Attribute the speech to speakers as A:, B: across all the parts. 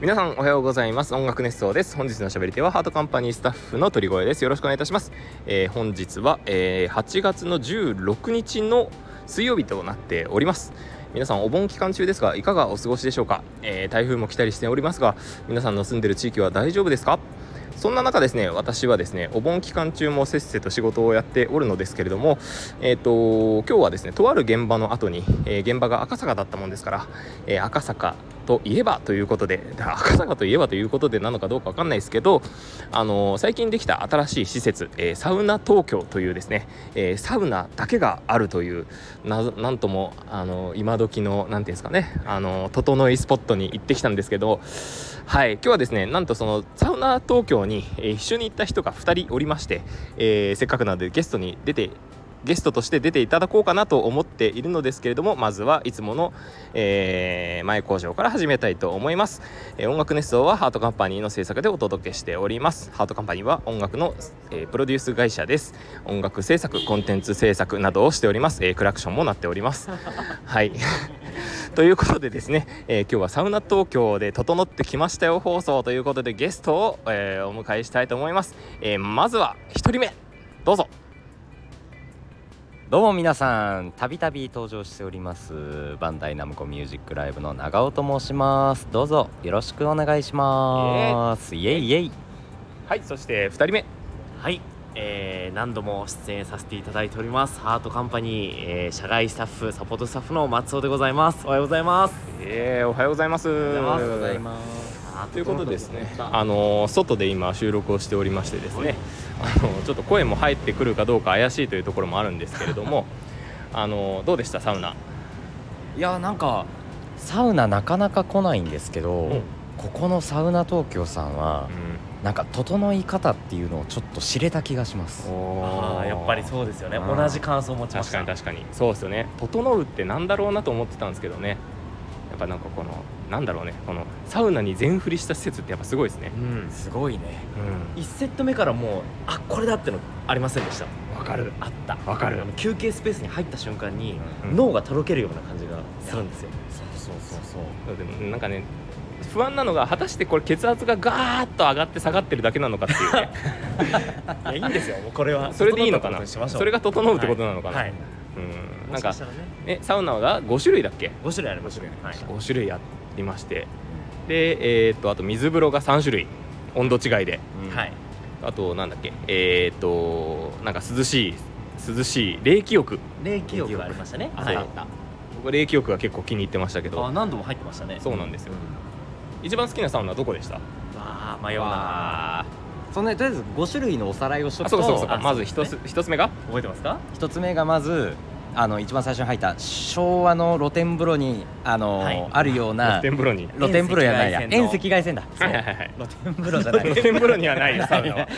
A: 皆さんおはようございます音楽熱奏です本日のしゃべり手はハートカンパニースタッフの鳥越ですよろしくお願いいたします、えー本日は、えー8月の16日の水曜日となっております皆さんお盆期間中ですがいかがお過ごしでしょうか、えー台風も来たりしておりますが皆さんの住んでる地域は大丈夫ですかそんな中ですね私はですねお盆期間中もせっせと仕事をやっておるのですけれどもえっ、と今日はですねとある現場の後に、えー現場が赤坂だったもんですから、えー赤坂といえばということで だから赤坂といえばということでなのかどうかわかんないですけどあのー最近できた新しい施設、えーサウナ東京というですね、えーサウナだけがあるというななんともあのー今時のなんていうんですかねあのー整いスポットに行ってきたんですけどはい今日はですねなんとそのサウナ東京に、えー一緒に行った人が2人おりまして、えーせっかくなのでゲストに出てゲストとして出ていただこうかなと思っているのですけれどもまずはいつもの、えー前工場から始めたいと思います、えー音楽熱奏はハートカンパニーの制作でお届けしておりますハートカンパニーは音楽の、えープロデュース会社です音楽制作コンテンツ制作などをしております、えークラクションも鳴っておりますはい ということでですね、えー今日はサウナ東京で整ってきましたよ放送ということでゲストを、えーお迎えしたいと思います、えーまずは1人目どうぞ
B: どうも皆さんたびたび登場しておりますバンダイナムコミュージックライブの長尾と申しますどうぞよろしくお願いしますイエイイエイ
A: はいそして2人目
C: はい、えー何度も出演させていただいておりますハートカンパニー、えー社外スタッフサポートスタッフの松尾でございますおはようございます
A: えーおはようございます。お
C: はようござい
B: ます
A: ということでですね、あのー外で今収録をしておりましてですね、あのーちょっと声も入ってくるかどうか怪しいというところもあるんですけれども、あのーどうでしたサウナ？
B: いやなんかサウナなかなか来ないんですけど、
A: うん
B: ここのサウナ東京さんは
A: う、
B: なんか整い方っていうのをちょっと知れた気がします
C: あーやっぱりそうですよね
B: あー
C: 同じ感想を持ちま
A: 確
C: し
A: か
C: た
A: に確かにそうですよね。整うってなんだろうなと思ってたんですけどね、やっぱなんかこのなんだろうね、このサウナに全振りした施設ってやっぱすごいですね。
C: うん
B: すごいね
C: 1セット目からもうあこれだってのありませんでした
A: うん、わかる。
C: あった
A: わかる
C: あの休憩スペースに入った瞬間に、
A: うん
C: 脳がとろけるような感じがするんですよ
B: そうそうそう そう
A: でもなんかね。不安なのが果たしてこれ血圧がガーッと上がって下がってるだけなのかっていうね
C: いやいいんですよもうこれ は
A: それでいいのかな
C: 整ったことにしましょう
A: それが整うってことなのかな
C: はい、
A: うんな
C: な
A: んん
C: か
A: か
C: したらね
A: えサウナが5種類だっけ
C: 5種類ありますねはい
A: 5種類ありましてでえーっとあと水風呂が3種類温度違いで
C: はい
A: あとなんだっけえーっとなんか涼しい涼しい冷気浴
C: 冷気浴がありましたね
A: はい
C: あった
A: 僕冷気浴が結構気に入ってましたけ
C: あ
A: ど
C: 何度も入ってましたね
A: そうなんですよ一番好きなサウナどこでした
C: わあ迷うな
A: あ
B: そのねとりあえず5種類のおさらいをしと
A: あ
B: く
A: そ
B: と
A: うかそうかそうか
C: あ
A: まず一つ一つ目が
C: 覚え てますか
B: 一つ目がまずあの一番最初に入った昭和の露天風呂にあの、
C: はい
B: あるような
A: 露天風呂に
B: 露天風呂やないや
C: 遠
B: 遠
C: 赤
B: 赤外線だ
A: はいはいはい
B: 露天風呂じゃな
A: 露
B: い
A: 天風呂にはないよサウナ は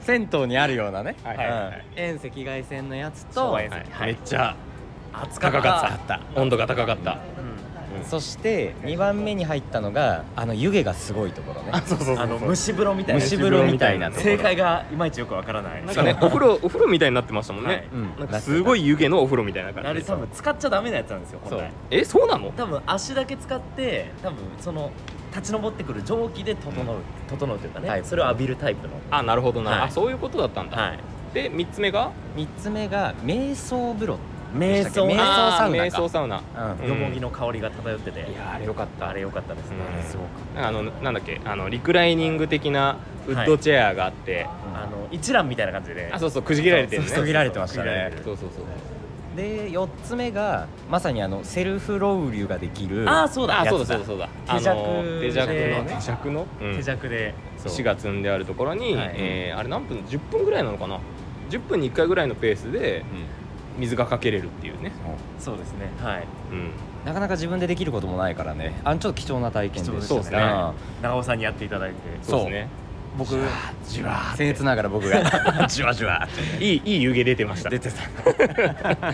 B: 銭湯にあるようなね
A: はいはいはい
B: うん遠赤外線のやつ
C: 昭
B: と、
C: 和遠赤
A: はいめっちゃ
C: 暑
A: 高
C: た
A: かった温度が高かった
B: そして2番目に入ったのがあの湯気がすごいところね
A: そうそうそうそう
C: あの蒸し風呂みたいな
B: 蒸し風呂みたいなところ
C: 正解がいまいちよくわからない
A: なんかね、お風呂お風呂みたいになってましたもんね、
C: はい
B: うん
A: なんかすごい湯気のお風呂みたいな
C: あ
A: 感
C: れ
A: じ
C: 多分使っちゃダメなやつなんですよ
A: そ
C: 本
A: う
C: 来
A: えそうなの
C: 多分足だけ使って多分その立ち上ってくる蒸気で整う整うというか
B: タ
C: ね
B: イプ
C: それを浴びるタイプの
A: あなるほどな、
C: はい
A: あそういうことだったんだ、
C: はい
A: で3つ目が
B: 3つ目が瞑想風呂、
C: 瞑
B: でしたっ
C: 想
B: け瞑想
A: あー
B: サウナか
A: 瞑想サウナ
B: うん
A: うん
C: よもぎの香りが漂ってて
A: いやーあれよかった
C: あれ良かったですね
A: うん
B: すごく
A: なんかあのなんだっけあのリクライニング的なウッドチェアがあって、
C: あの一覧みたいな感じで
A: あそうそうくじけられてるね
B: そうそうくじけられてましたね
A: そうそうそう
B: で4つ目がまさにあのセルフロウリュができる
C: あーそうだ
A: あ
C: や
A: そ
C: つ
A: うだそうだそうだ
C: 手酌
A: あの手酌の
C: で
A: 手酌の、うん
C: 手酌でそう
A: 市が積んであるところに、
C: はい
A: えーあれ何分10分ぐらいなのかな10分に1回ぐらいのペースで水がかけれるっていうね、
C: そうですねはい
A: うん、
B: なかなか自分でできることもないからねあのちょっと貴重な体験でした
A: 貴重でしたね
B: うん
C: 長尾さんにやっていただいて
A: そうですね
B: 僕
A: じわーって
B: 僭越ながら僕がじわじわ
A: いいいい湯気出てました
B: 出てたまあ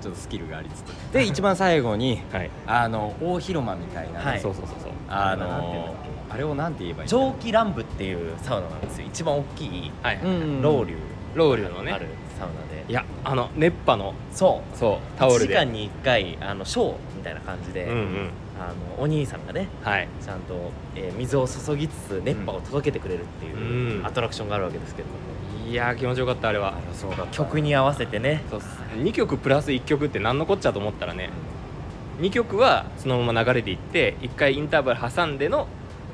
B: ちょっとスキルがありつつで一番最後に
A: はい、
B: あの大広間みたいなね、
C: はい
A: そうそうそうそう
B: あ
C: なんていうんだっ
B: のあれをなんて言えばいいんだろ
C: 蒸気ランブっていうサウナなんですよ一番大きい
A: はい、
B: ううん
C: ロウリュ
A: ロウリュのね
C: あるサウナで、
A: いやあの熱波の
C: そう
A: そうタ
C: 1
A: オル
C: 時
A: で
C: 間に1回あのショーみたいな感じで、
A: うんうん
C: あのお兄さんがね
A: はい
C: ちゃんと、えー水を注ぎつつ熱波を届けてくれるっていううんアトラクションがあるわけですけども、
A: いやー気持ちよかったあれは
C: 曲に合わせてね
A: そうっす2曲プラス1曲って何のこっちゃと思ったらね2曲はそのまま流れていって1回インターバル挟んでの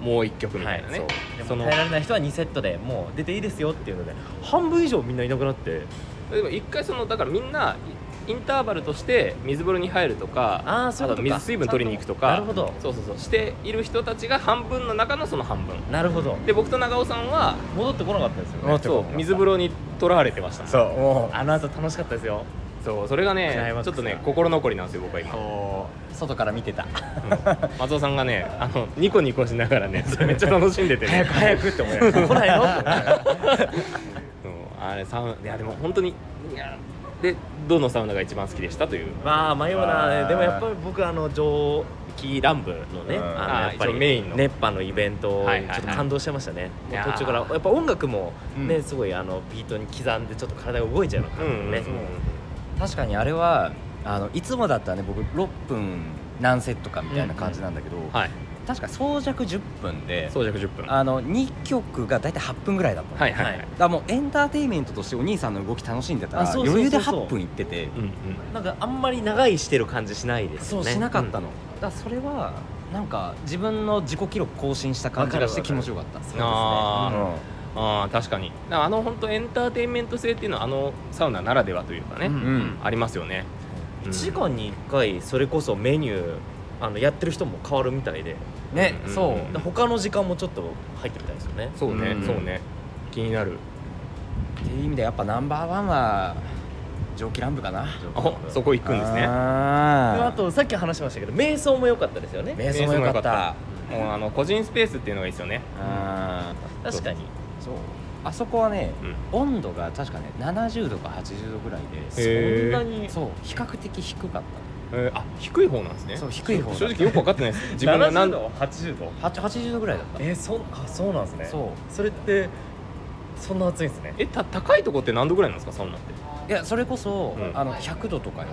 A: もう1曲みたいなね、
C: はい
A: そ
C: そう
A: の
C: でも耐えられない人は2セットでもう出ていいですよっていうので半分以上みんないなくなって
A: でも一回そのだからみんなインターバルとして水風呂に入るとか
C: あーそういうことか
A: 水水分取りに行くとか
C: なるほど
A: そうそうそうしている人たちが半分の中のその半分
C: なるほど
A: で僕と長尾さんは
C: 戻ってこなかったですよ
B: 戻
C: ね
B: って
A: そう水風呂にとらわれてました
B: そうも
C: あの後楽しかったですよ
A: そうそれが
C: クライ
A: ね
C: マッ
A: ちょっ
C: クス
A: と
C: だ
A: ね心残りなんですよ僕は今
B: う外から見てた
A: 松尾さんがねあのニコニコしながら ねそれめっちゃ楽しんでてね
C: 早くって思いました来ないのって思いました
A: そうあれサウナいやでも本当にいやでどのサウナが一番好きでしたという
C: まあ迷う
B: あ
C: な
B: ー
C: でもやっぱり僕あの上気乱舞のね
B: うん
C: あ
A: あー
C: のやっぱり
A: 一応メインの
C: 熱波のイベント
A: は
C: に
A: いはいはい
C: ちょっと感動してましたね、
A: いやー
C: もう途中からやっぱ音楽もね、
B: うん
C: すごいあのビートに刻んでちょっと体が動いちゃうような感じでね、
B: 確かにあれはあのいつもだったらね僕6分何セットかみたいな感じなんだけど、
A: はい
B: 確か装着10分で
A: 装着10分
B: あの2曲が大体8分ぐらいだったの
A: はいはいは
C: はいい
B: だからもうエンターテインメントとしてお兄さんの動き楽しんでた
C: あ
B: ら
C: そうそうそうそう
B: 余裕で8分いってて
A: うんうん
C: なんかあんまり長いしてる感じしないです
B: そ
C: よ
B: う
C: ね
B: しなかったの、だからそれはなんか自分の自己記録更新した感じがして気持ちよかっ
C: そ
B: た
C: うですね
A: あー
B: うん
A: あー確かにだからあの本当エンターテインメント性っていうのはあのサウナならではというかね、
C: うん
B: うん
A: ありますよね、
C: 1時間に1回それこそメニューあのやってる人も変わるみたいで
B: ね
A: うん
B: そう、
A: うん
C: で他の時間もちょっと入ってみたいですよね
A: そうね、
B: うん
A: そうね気になる
B: っていう意味でやっぱナンバーワンは蒸気乱舞かな
A: あそこ行くんですね
C: で
B: あ
C: あとさっき話しましたけど瞑想も良かったですよね
B: 瞑想も良かった
A: もうあの個人スペースっていうのがいいですよね
B: あ
C: 確かに
B: そうあそこはね、
A: うん
B: 温度が確かね70度か80度ぐらい
A: へー
C: そ
B: で
C: んなに
B: そう比較的低かった
A: えーあ低い方なんですね
B: そう低い方だ
A: 正直よく分かってないです自分が何
C: 70度80度
B: は80度ぐらいだった
C: えそんあそうなんですね
B: そう
C: それってそんな暑いんですね
A: えた高いとこって何度ぐらいなんですかサウナって
B: いやそれこそ、
A: うん
B: あの100度とかよ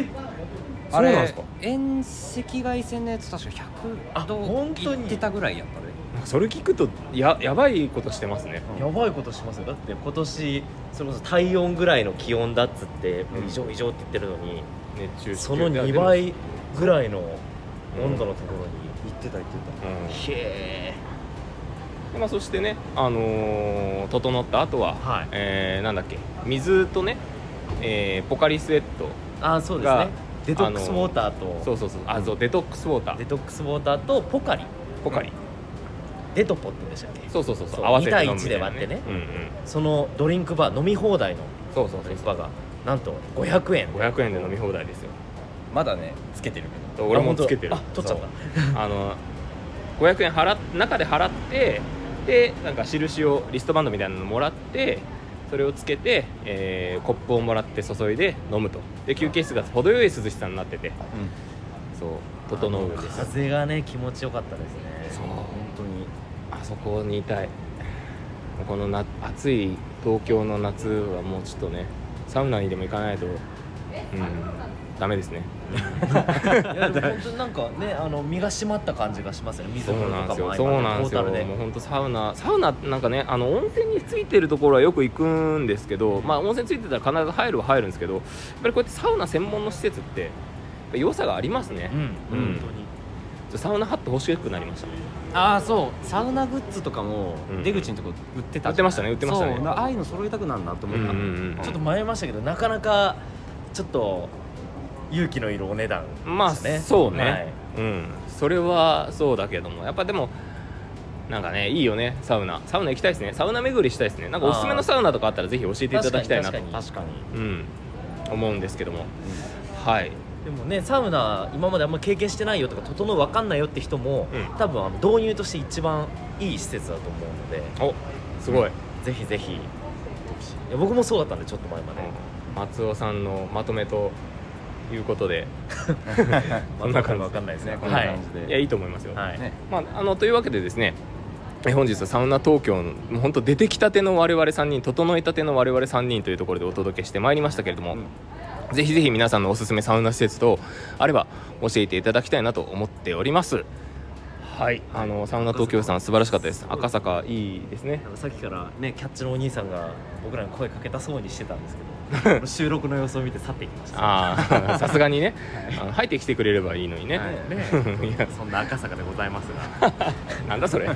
A: え
C: ー
A: そうなんですか
B: あれ遠赤外線のやつ確か
C: あ
B: 100度
C: 本当に
B: いってたぐらいやったで
A: なんかそれ聞くとややばいことしてますね
C: やばいことしますよだって今年それこそ体温ぐらいの気温だっつって、
A: うん
C: 異常異常って言ってるのに
A: 熱中症
C: その2
A: い
C: 倍ぐらいの
A: うん
C: 温度のところに行ってた行っ
A: やで
C: て
A: もうん
C: たへえ
A: でまあ、そしてね、あのー整った後は、
C: はい
A: えーなんだっけ水とね、えーポカリスエット
C: あそうです
A: が
C: ねデトックスウォーターと、
A: そうそうそうあそうデトックスウォータ
C: デ
A: ー
C: トックスウォーターとポカリ
A: ポカリ
C: デトポって言うんでしたっけ
A: そうそうそうそう
C: そう
A: 合わせて飲む
C: 2対1で割ってね
A: うんうん、
C: そのドリンクバー飲み放題の
A: そうそう
C: ド
A: そ
C: リ
A: う
C: ンク
A: そう
C: バーがなんと500円
A: 500円で飲み放題ですよ
B: まだねつけてるけど
A: 俺もつけてる
C: あ取っちゃっ
A: そう
C: た
A: あの500円払っ中で払ってでなんか印をリストバンドみたいなのもらってそれをつけて、えーコップをもらって注いで飲むとで休憩室が程よい涼しさになっててそう整うんです
C: 風がね気持ちよかったですね
A: そう
B: 本当に
A: あそこにいたいこのな暑い東京の夏はもうちょっとねサウナにでも行かないとうんダメですね
C: いやでも本当になんかねあの身が締まった感じがしますよね水
A: そう
C: 風
A: な
C: 呂
A: んで
C: とか
A: すよ
C: も
A: そうなんですよ
C: 相まってトータルで
A: もう本当サウナサウナなんかねあの温泉についてるところはよく行くんですけどまあ温泉ついてたら必ず入るは入るんですけどやっぱりこうやってサウナ専門の施設ってやっぱ良さがありますね、
C: うん
A: うん
C: 本当に
A: サウナハット欲しくなりました
B: ああそうサウナグッズとかも
A: うん
B: 出口のとこ売ってた
A: 売ってましたね売ってましたね
B: そうなああいうの揃えたくなるなと思った、
A: うんうんうん
C: ちょっと迷いましたけどなかなかちょっと勇気のいるお値段ですね
A: まあそうね、
C: はい
A: うんそれはそうだけどもやっぱでもなんかねいいよねサウナサウナ行きたいですねサウナ巡りしたいですねなんかおすすめのサウナとかあったらぜひ教えていただきたいなと
C: 確かに
B: 確かに
A: うん思うんですけども、はい
C: でもねサウナ今まであんま経験してないよとか整う分かんないよって人も、
A: うん
C: 多分あの導入として一番いい施設だと思うので
A: おすごい、
C: ぜひぜひいや僕もそうだったんでちょっと前まで、
A: 松尾さんのまとめということで
C: まあ
A: そんな感じ
C: わかんないですね
B: こんな感じ
A: いやいいと思いますよ、
C: はい、はい
B: ね
A: まあ、あのというわけでですね、え本日はサウナ東京のもう本当出てきたての我々3人整えたての我々3人というところでお届けしてまいりましたけれども、ぜひぜひ皆さんのおすすめサウナ施設とあれば教えていただきたいなと思っておりますはいあのサウナ東京さん素晴らしかったです赤坂いいですね
C: なんかさっきからねキャッチのお兄さんが僕らに声かけたそうにしてたんです けど収録の様子を見て去っていきました
A: ああさすがにねあの入ってきてくれればいいのにね、
C: はいね
A: いや
C: そんな赤坂でございますが
A: なんだそれ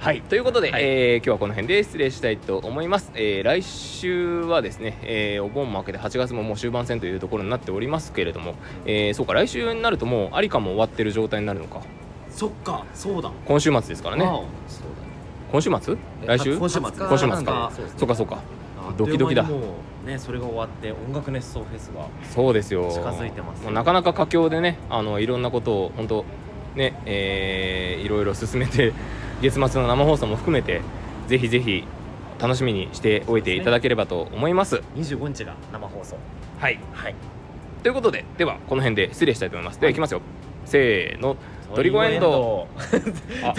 A: はいということで、えー今日はこの辺で失礼したいと思います、えー来週はですね、えーお盆も明けて8月ももう終盤戦というところになっておりますけれども、えーそうか来週になるともうアリカも終わってる状態になるのか
C: そっかそうだ
A: 今週末ですからね
C: そう
A: 今週末来週
C: 今週末
A: 今週末か
C: あそうですね
A: そうかそうか
C: だ
A: ドキドキだ
C: あっという間にもうねそれが終わって音楽熱奏フェスが
A: そうですよ
C: 近づいてますね
A: もうなかなか佳境でねあのいろんなことを本当ねえーいろいろ進めて 月末の生放送も含めてぜひぜひ楽しみにしておいていただければと思います
C: 25日が生放送
A: はい
C: はい
A: ということでではこの辺で失礼したいと思いますではいきますよせーの「鳥越エンド」あ